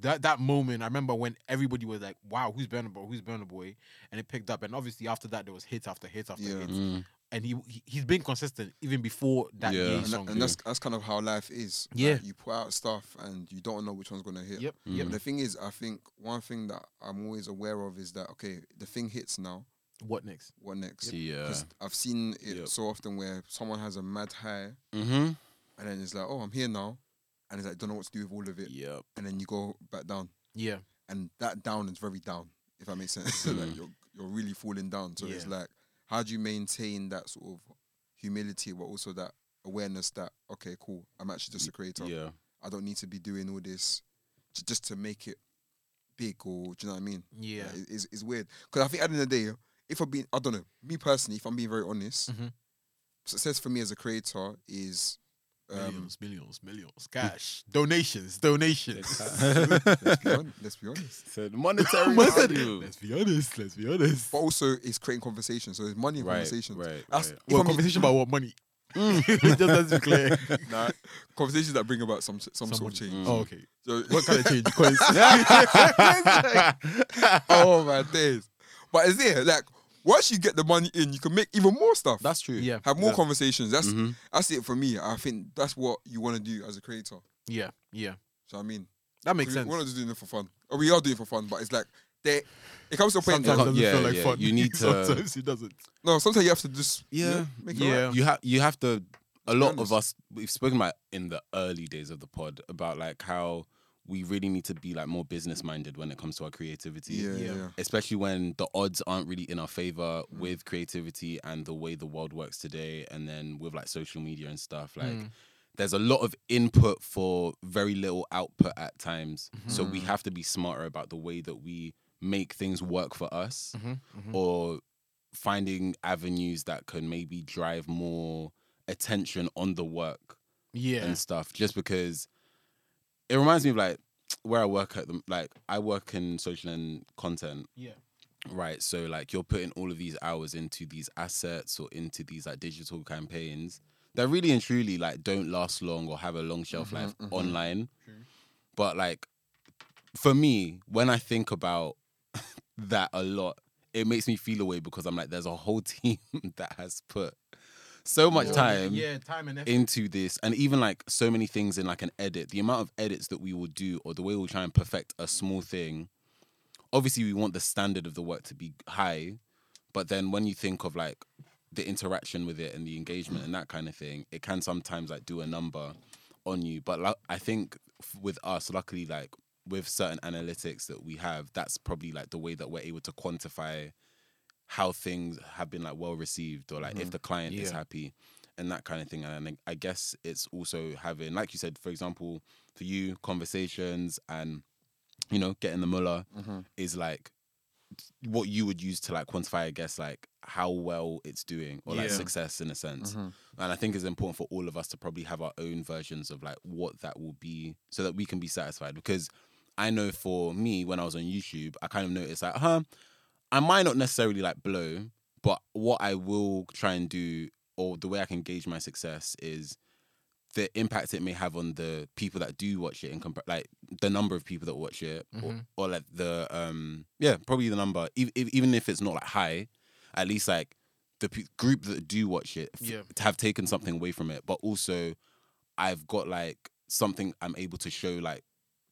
that that moment, I remember when everybody was like, wow, who's Burna Boy? Who's Burna Boy? And it picked up, and obviously after that there was hit after hit after
Yeah.
hit,
Mm.
and he, he he's been consistent even before that
Yeah.
Ye
And
and, tha-
song.
and that's that's kind of how life is. Like,
Yeah.
you put out stuff and you don't know which one's gonna hit.
yep,
Mm.
yep.
But the thing is, I think one thing that I'm always aware of is that okay, the thing hits now.
What next?
What next?
Yeah.
'Cause I've seen it
Yep.
so often where someone has a mad high
Mm-hmm.
and then it's like, oh, I'm here now, and it's like don't know what to do with all of it,
Yep.
and then you go back down,
Yeah.
and that down is very down, if that makes sense. So, like
Mm.
you're you're really falling down. So it's
Yeah.
like, how do you maintain that sort of humility, but also that awareness that okay, cool, I'm actually just a creator.
Yeah.
I don't need to be doing all this j- just to make it big or do you know what I mean?
Yeah.
Like, it- it's, it's weird because I think at the end of the day, if I'm being, I don't know, me personally, if I'm being very honest,
Mhm.
success for me as a creator is um,
millions, millions, millions, cash, donations, donations.
let's, be honest, let's be honest,
Said monetary
Must-
value.
let's be honest. Let's be honest.
but also it's creating conversation. So it's money in
Right.
conversations.
Right.
That's
right. Mm.
if
well,
I'm being-
conversation about what money? Just let's be clear.
Nah, conversations that bring about some some sort
Somebody-
of change.
Oh, okay.
So-
What kind of change? 'Cause-
oh my days! But is it like once you get the money in, you can make even more stuff.
That's true.
Yeah. Mm-hmm.
have more
Yeah.
conversations. That's
Mhm.
that's it for me. I think that's what you want to do as a creator.
yeah, yeah,
So I mean,
that makes
we-
sense.
We're not just doing it for fun. Or we are doing it for fun, but it's like they. It comes to a point.
Sometimes it
That,
doesn't
Yeah,
feel like
yeah,
fun.
you need to-
Sometimes it doesn't.
no, sometimes you have to just you know,
Yeah.
make it
Yeah.
right.
You have you have to. A
Let's be
lot of
honest.
us we've spoken about in the early days of the pod about like how we really need to be like more business minded when it comes to our creativity.
Yeah, Mm. yeah,
Yeah.
yeah.
especially when the odds aren't really in our favor with creativity and the way the world works today and then with like social media and stuff like
Mm.
there's a lot of input for very little output at times so we
Mhm.
have to be smarter about the way that we make things work for us
Mm-hmm.
or finding avenues that can maybe drive more attention on the work
Yeah,
and stuff just because it reminds me of like where I work at the like I work in social and content
yeah,
Right. So like you're putting all of these hours into these assets or into these like digital campaigns that really and truly like don't last long or have a long shelf
Mhm,
life
mhm.
online.
Mm-hmm, True.
But like for me, when I think about that a lot, it makes me feel away because I'm like, there's a whole team that has put so much
Yeah.
time
Yeah, time and effort.
into this and even like so many things in like an edit the amount of edits that we will do or the way we'll try and perfect a small thing obviously we want the standard of the work to be high but then when you think of like the interaction with it and the engagement and that kind of thing it can sometimes like do a number on you but like, i think f- with us luckily like with certain analytics that we have that's probably like the way that we're able to quantify how things have been like well received or like if the client is
Yeah.
happy and that kind of thing. And I think- I guess it's also having, like you said, for example, for you, conversations and you know, getting the muller is like what you would use to like quantify, I guess, like how well it's doing or like
Yeah.
success in a sense. And I think it's important for all of us to probably have our own versions of like what that will be so that we can be satisfied. Because I know for me, when I was on YouTube, I kind of noticed like, huh, I might not necessarily like blow, but what I will try and do or the way I can gauge my success is the impact it may have on the people that do watch it and compa- like the number of people that watch it
Mhm.
or, or like the um yeah probably the number ev- ev- even if it's not like high at least like the pe- group that do watch it f-
Yeah.
to have taken something away from it but also I've got like something I'm able to show like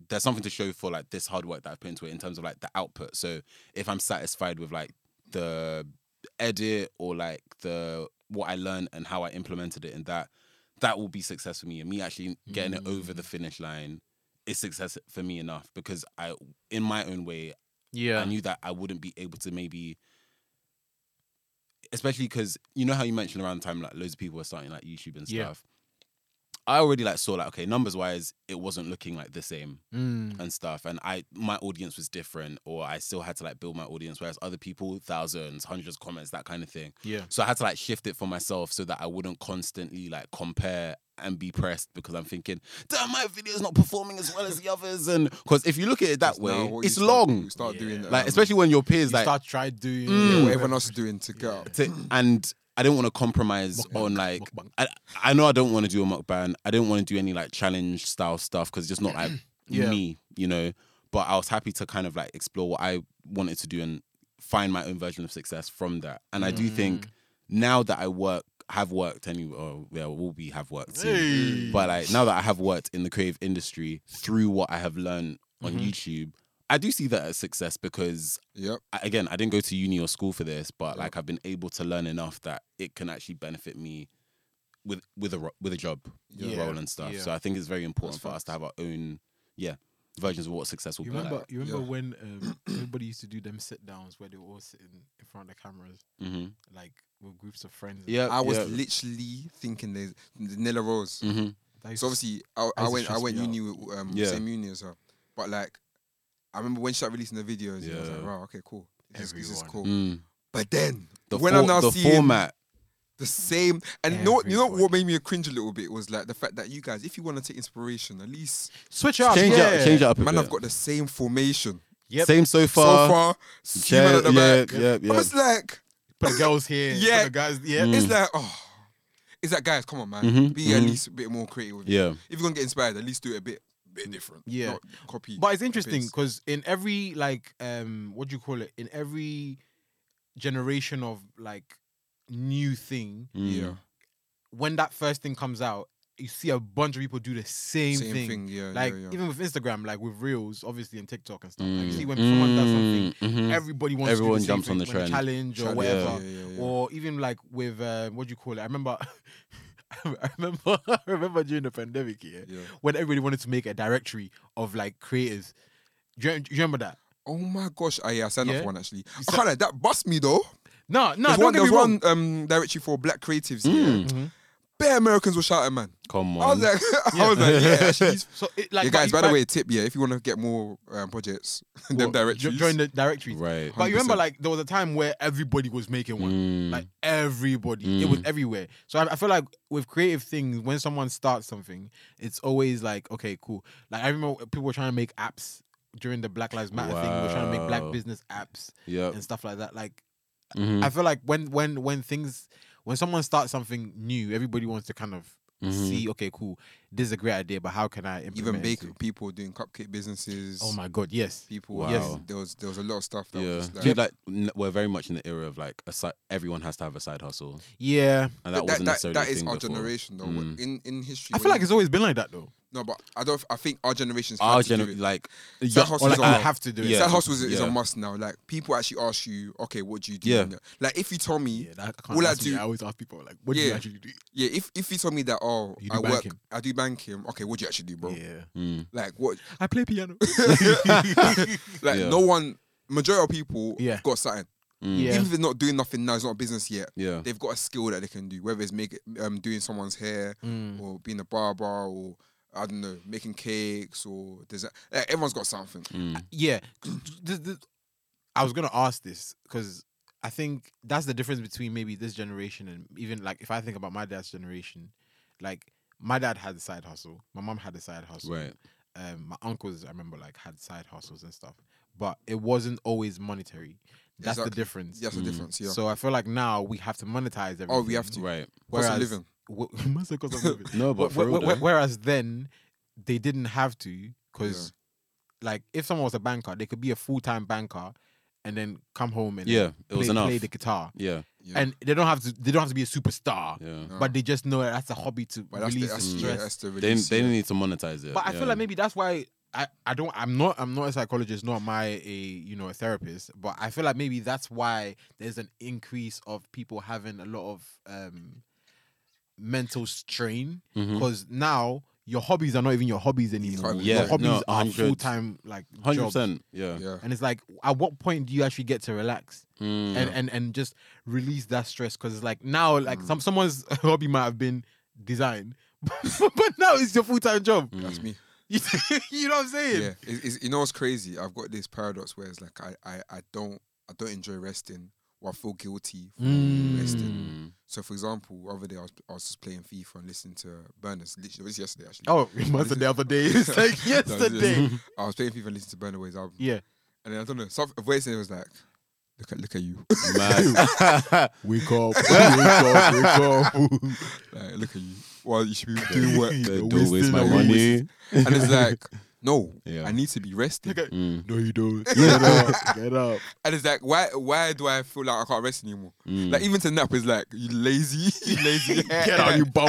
there's something to show for like this hard work that I've put into it in terms of like the output. So if I'm satisfied with like the edit or like the what I learned and how I implemented it in that, that will be success for me. And me actually getting it over the finish line is success for me enough because I in my own way
yeah.
I knew that I wouldn't be able to maybe, especially because you know how you mentioned around the time like loads of people were starting like YouTube and
Yeah.
stuff. I already like saw like okay numbers wise it wasn't looking like the same
Mm.
and stuff and I my audience was different or I still had to like build my audience whereas other people thousands hundreds comments that kind of thing
Yeah.
so I had to like shift it for myself so that I wouldn't constantly like compare and be pressed because I'm thinking damn my video's not performing as well as the others and because if you look at it that
That's now
way
what you
it's
start-
long
you start
Yeah.
doing
like
um,
especially when your peers
You
like
start try
Mm.
doing
yeah,
when-
what everyone else is doing to get up.
to- and I didn't want to compromise on like
mukbang.
I, I know I don't want to do a mukbang. I didn't want to do any like challenge style stuff because it's just not like
Yeah.
me, you know. But I was happy to kind of like explore what I wanted to do and find my own version of success from that. And I do
Mm.
think now that I work have worked anyway, or yeah, will be have worked soon.
Hey.
But like now that I have worked in the creative industry through what I have learned on
Mm-hmm.
YouTube, I do see that as success because
Yep.
I- again, I didn't go to uni or school for this, but like I've been able to learn enough that it can actually benefit me with with a ro- with a job, with a
Yeah.
role and stuff.
Yeah.
So I think it's very important
That's
for us to
facts.
have our own, yeah, versions of what success will
You
be
remember?
like.
You remember
Yeah.
when um, everybody used to do them sit downs where they were all sitting in front of the cameras,
hmm
like with groups of friends.
Yeah,
I was
yeah.
literally thinking there's Nella Rose.
hmm
That
So
used to-
obviously, I, I
used to
went, I
stress
went
me out.
uni, with, um,
Yeah.
same uni as her. But like, I remember when she started releasing the videos, and I was like,
Yeah.
wow, okay, cool, this, is- this is
Everyone.
cool.
Mm.
But then
The,
when
for-
I'm now
the
seeing
format,
the same, and you know, what- you know what
Everybody.
made me cringe a little bit was like the fact that you guys, if you want to take inspiration, at least
switch it up.
change
yeah.
it, up- change it up a
man,
bit.
I've got the same formation
Yep.
Same so
so
far.
far. See man at the
yeah,
back.
yeah, yeah,
I was like,
Put the girls here.
Yeah.
Put the guys. Yeah.
Mm.
it's like, oh, it's like guys, come on, man,
Mm-hmm,
Mhm,
be at
mhm.
least a bit more creative. With it.
yeah.
If you're gonna get inspired, at least do it a bit, bit different.
Yeah.
not copy.
But it's
and
interesting
paste.
because in every like um what do you call it? In every generation of like new thing,
Mm.
Yeah.
when that first thing comes out, you see a bunch of people do the same,
Same thing, yeah, yeah,
Like
yeah.
even with Instagram, like with reels, obviously, and TikTok and stuff. Like you
Mm.
see when someone does something,
Mm, mhm.
everybody wants
Everyone
to do the same
jumps on
thing,
the
when a
trend.
challenge or
Challenge,
whatever,
yeah, yeah, yeah.
or even like with uh, what do you call it? I remember, I remember, I remember during the pandemic, yeah,
Yeah.
when everybody wanted to make a directory of like creators. Do you, do you remember that?
Oh my gosh, I, yeah, I signed up
Yeah.
for one actually. I
sa-
can't lie, that bust me though.
No, no,
There's one,
don't
there
get me
was
wrong. Mm-hmm.
one um, directory for black creatives. Yeah.
Mm.
Bare Americans were shouting, man.
Come
I
on.
was like, I was like, yeah, actually. these-
So, it, like,
yeah,
but
guys,
you
by the
find-
way, tip, yeah, if you want to get more um, projects, them
what, jo-
directories.
join the directories.
right.
But you remember,
100%.
like there was a time where everybody was making one.
Mm.
Like everybody, it was everywhere. So I, I feel like with creative things, when someone starts something, it's always like, okay, cool. Like I remember people were trying to make apps during the Black Lives Matter thing. We were trying to make black
Wow.
business apps
yep.
and stuff like that. Like
Mhm.
I feel like when when when things when someone starts something new, everybody wants to kind of
Mhm.
see, okay, cool, this is a great idea, but how can I implement
Even
it
bake
to-
people doing cupcake businesses.
Oh my god, yes.
People,
Wow.
yes, there was there was a lot of stuff that
yeah,
was just like,
Dude, like n- we're very much in the era of like a si- everyone has to have a side hustle,
Yeah.
and that,
But
wasn't necessarily
that
a
is
thing
our
before.
generation though.
Mm.
In in history,
I
when
feel like
you-
it's always been like that though.
no, but I don't. I think our generation's had
Our
to do
generation,
it.
like,
Side
yeah, or
hustles
like
are
I
hard.
have to do it.
Side hustles is
Yeah.
a must now. Like people actually ask you, okay, what do you do?
Yeah.
now? Like if you tell me,
Yeah, that, I can't
All I
ask me,
do-
I always ask people like, what do you
Yeah.
actually do?
yeah, if if you tell me that, oh,
You do
I work,
banking.
I do banking. Okay, what do you actually do, bro?
Yeah,
Mm.
Like what?
I play piano.
Like
Yeah.
no one, majority of people,
Yeah.
have got something.
Mm.
Yeah.
Even if they're not doing nothing now, it's not a business yet.
yeah,
They've got a skill that they can do, whether it's make um doing someone's hair
Mm.
or being a barber or I don't know, making cakes or design. Like, everyone's got something.
Mm.
Yeah, 'cause th- th- I was gonna ask this because I think that's the difference between maybe this generation and even like if I think about my dad's generation, like my dad had a side hustle, my mom had a side hustle,
right,
um, my uncles I remember like had side hustles and stuff, but it wasn't always monetary. That's the
Exactly.
difference.
That's the
Mm.
difference. Yeah.
So I feel like now we have to monetize everything.
Oh, we have to.
right.
Cost of
whereas-
living.
Wh- must say cost of living.
No, but
Wh-
for
wh-
real,
wh-
though.
whereas then they didn't have to because like if someone was a banker they could be a full-time banker and then come home and
yeah, it
play,
was enough.
play the guitar
yeah,
Yeah.
and they don't have to they don't have to be a superstar
yeah.
No.
but they just know that that's a hobby to
But that's the,
release the
that's, yeah,
stress
that's the
They didn't-
release.
they
yeah.
didn't need to monetize it.
but I
yeah.
feel like maybe that's why I, I don't I'm not I'm not a psychologist nor am I a you know a therapist but I feel like maybe that's why there's an increase of people having a lot of um mental strain
Mhm.
because now your hobbies are not even your hobbies anymore.
can't-
Yeah,
your hobbies
no,
are
100.
full time like
hundred
jobs.
percent. Yeah.
Yeah.
And it's like, at what point do you actually get to relax
Mm.
and, and and just release that stress? Because it's like now, like
Hmm.
some someone's hobby might have been design, but now it's your full time
Hmm. mm.
job.
That's me.
you know what I'm saying?
Yeah. It's, it's, you know what's crazy? I've got this paradox where it's like I, I, I don't I don't enjoy resting or I feel guilty for
Mm.
resting.
Mm.
So for example, the other day I was, I was just playing FIFA and listening to Burners. Literally, it was yesterday actually.
Oh, it must have the other day. It's like
No, it was
yesterday.
yesterday. I was playing FIFA and listening to Burner Way's album.
Yeah.
And then I don't know, some, a voice in it was like, look at look at you,
Mad.
Wake up, wake up, wake up.
like, look at you. Well, you should be doing work.
Don't
Wasting
waste my
away.
money.
and it's like, no,
Yeah.
I need to be resting.
Okay.
Mm.
No, you don't. Get up, get up.
And it's like, why why do I feel like I can't rest anymore?
Mm.
Like even to nap is like you lazy, you lazy.
Get out, you bum.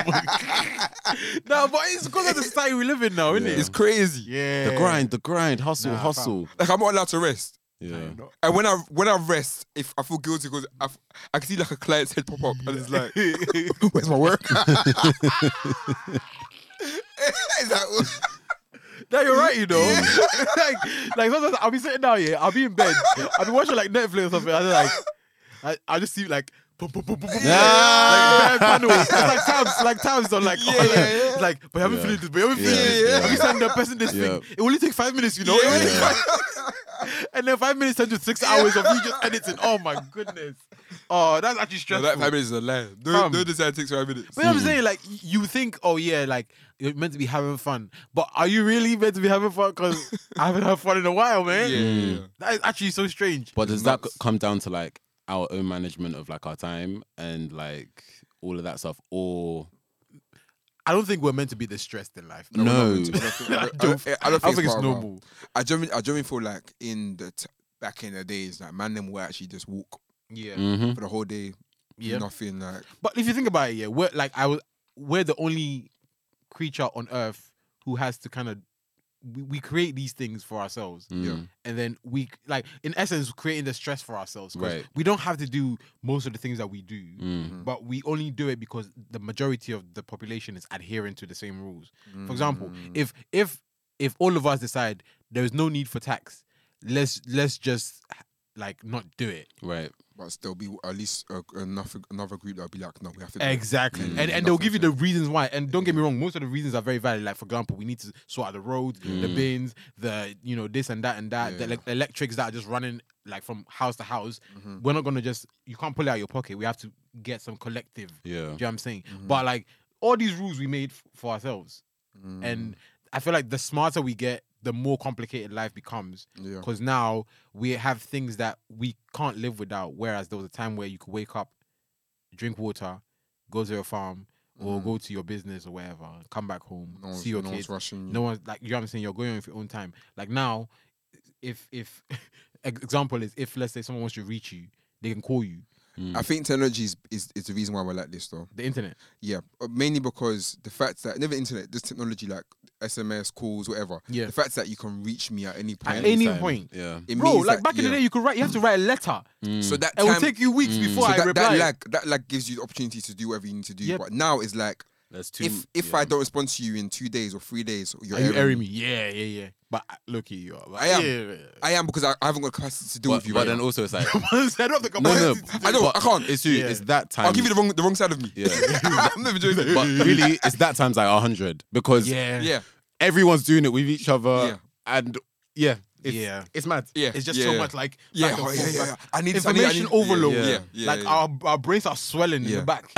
no, but it's because of the society we live in now, isn't
Yeah.
it?
It's crazy.
yeah.
the grind, the grind, hustle,
Nah, fam.
hustle.
Like I'm not allowed to rest.
Yeah.
And when I when I rest, if I feel guilty because I, f- I can see like a client's head pop up and it's like, where's my work? it's like,
No, you're right, you know. like, like sometimes I'll be sitting down here, I'll be in bed, I'll be watching like Netflix or something. I'm like, I, I just see like, boom, boom, boom, boom, boom,
Yeah.
like bare panels. It's like tabs, like tabs on like,
Yeah,
on, like,
yeah, yeah.
it's like, but you haven't
Yeah.
finished this, but you haven't
Yeah,
finished this.
yeah.
Have you sent the person this
Yeah.
thing? It will only take five minutes, you know. It will only take five- and then five minutes turns to six hours of you just editing. Oh my goodness. Oh, that's actually
no,
stressful.
that five minutes is a lie. No,
Fam.
no design takes five minutes.
But I'm saying, like, y- you think, oh yeah, like you're meant to be having fun, but are you really meant to be having fun? Because I haven't had fun in a while, man.
Yeah, yeah, yeah.
That is actually so strange.
But does
It's
that
nuts.
come down to like our own management of like our time and like all of that stuff, or
I don't think we're meant to be this stressed in life.
No.
we're not meant to. I don't, I don't, I don't
I don't
think
think
part
it's
of our-
normal.
I generally, I generally feel like in the t- back in the days, like man, them will actually just walk
Yeah,
Mhm.
for the whole day,
yeah.
do nothing. Like
Mm. But if you think about it, yeah, we're like I was, we're the only creature on Earth who has to kind of we, we create these things for ourselves.
Mm.
and then we like in essence creating the stress for ourselves 'cause
Right.
we don't have to do most of the things that we do
mm-hmm.
Mm.
but we only do it because the majority of the population is adhering to the same rules for example
Mm. Mm-hmm.
if if if all of us decide there is no need for tax let's let's just like not do it
right?
but there'll be at least uh, another another group that'll be like, no, we have to. do it.
exactly
Mm.
and and they'll give you the
Nothing
reasons why and don't
Mm.
get me wrong most of the reasons are very valid like for example we need to sort out the roads the
Mm.
bins the you know this and that and that the
Yeah.
elec- electrics that are just running like from house to house
Mhm.
we're not gonna just you can't pull it out of your pocket. We have to get some collective. Do
Yeah.
you know what I'm saying?
Mm-hmm.
But like all these rules we made f- for ourselves,
Mm.
and I feel like the smarter we get, the more complicated life becomes.
Mm-hmm. yeah,
Because now we have things that we can't live without. Whereas there was a time where you could wake up, drink water, go to your farm, or go to your business or whatever, come back home,
Mm-hmm. No one's,
see your
no
kids.
one's rushing you.
No one's like you know what I'm saying, you're going off your own time. Like now, if if ex- example is if let's say someone wants to reach you, they can call you.
Mm.
I
Mm.
think technology is, is, is the reason why we're like this, though.
The internet.
Yeah, uh, mainly because the fact that never internet, this technology like SMS calls, whatever.
Yeah.
The fact that you can reach me at any point,
At any
Anytime.
point.
Yeah. Mm.
it
Bro,
means
like
that-
back in the
yeah.
day you could write you have to write a letter.
So that
It
time, Mm.
will take you weeks before
so
I
that,
reply.
that lag, that lag gives you the opportunity to do whatever you need to do.
Yep.
But now it's like,
That's too.
if if
yeah.
I don't respond to you in two days or three days, you're
Are you
airing
airing me? Yeah, yeah, yeah. But uh, look at you. are. But
I am.
yeah, yeah, yeah.
I am because I, I haven't got capacity to deal
but,
with you
but
right
then
now.
also it's like
I don't have the
no, no.
capacity to
I don't-
but
I can't.
It's true.
Yeah.
It's that time.
I'll give you the wrong the wrong side of me.
Yeah.
I'm never joking.
but really, it's that times like hundred because
Yeah.
yeah,
everyone's doing it with each other,
Yeah.
and yeah, it's,
Yeah.
it's mad.
yeah.
It's just
yeah.
so much like
Yeah,
back and
oh, yeah,
forth,
yeah,
like,
yeah. I need I need- I
information
need-
overload.
Yeah, yeah,
Yeah.
yeah,
like
yeah.
Our, our brains are swelling in
Yeah.
the back.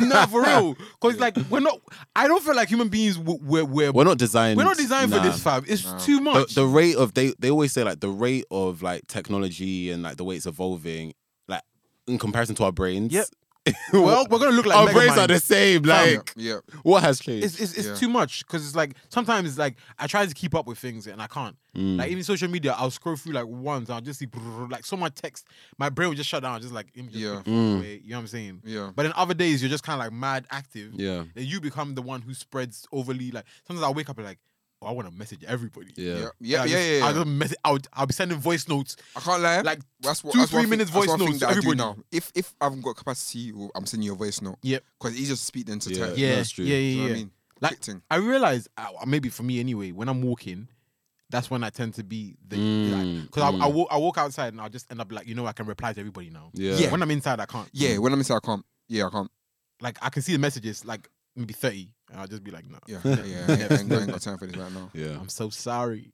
no, for real. Because like we're not. I don't feel like human beings. w- We're we're
We're not designed.
we're not designed
nah.
for this, fam. It's
Nah.
too
The,
much.
the rate of they they always say like the rate of like technology and like the way it's evolving, like in comparison to our brains.
Yep. well, we're gonna look like
our brains
Megamind.
are the same.
yeah,
Like
yeah.
what has changed?
It's it's, it's
Yeah.
too much because it's like sometimes it's like I try to keep up with things and I can't.
Mm.
Hmm.
Like even social media, I'll scroll through like once, I'll just see brrr, like so much text. My brain will just shut down. Just like let me just
Yeah. Hmm.
put the phone away, you know what I'm saying.
Yeah.
But then other days you're just kind of like mad active.
yeah,
Then you become the one who spreads overly. Like sometimes I wake up and like, oh, I want to message everybody.
yeah,
Yeah, yeah, yeah,
Like, I just-
yeah,
I'll,
yeah.
just mess- I'll, I'll be sending voice notes.
I can't lie.
Like
that's what,
two,
that's
three
one thing-
minutes
that's
voice
one thing
notes
that
to
I do
everybody.
now. If if I haven't got capacity, well, I'm sending you a voice note.
Yep.
because it's easier to speak than to
Yeah.
type.
Yeah.
yeah,
that's true.
yeah,
Do you know
yeah,
what
yeah.
I mean?
Like-
Quick thing.
I realize, uh, maybe for me anyway, when I'm walking, that's when I tend to be the
Hmm.
Mm,
because
mm.
I, I walk I walk outside and I'll just end up like you know I can reply to everybody now.
yeah,
Yeah.
When I'm inside, I can't.
Yeah, when I'm inside, I can't. Yeah, I can't.
Like I can see the messages like maybe thirty, and I'll just be like, no,
Yeah, yeah, yeah. I ain't, I ain't got- I ain't got time for this right now.
yeah,
I'm so sorry.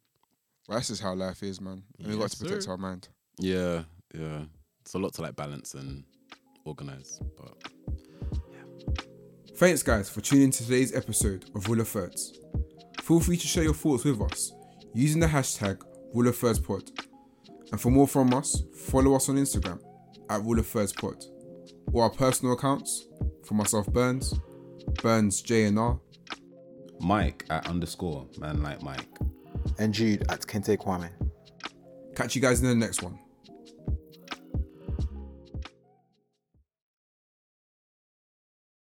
Well, that's just how life is, man. And we got
Yes,
to protect
sir.
our mind.
yeah, yeah. It's a lot to like balance and organize, but.
Thanks, guys, for tuning in to today's episode of Rule of Thirds. Feel free to share your thoughts with us using the hashtag Rule of Thirds Pod. And for more from us, follow us on Instagram at Rule of Thirds Pod or our personal accounts for myself, Burns, Burns JNR,
Mike at underscore man like Mike.
And Jude at Kente Kwame.
Catch you guys in the next one.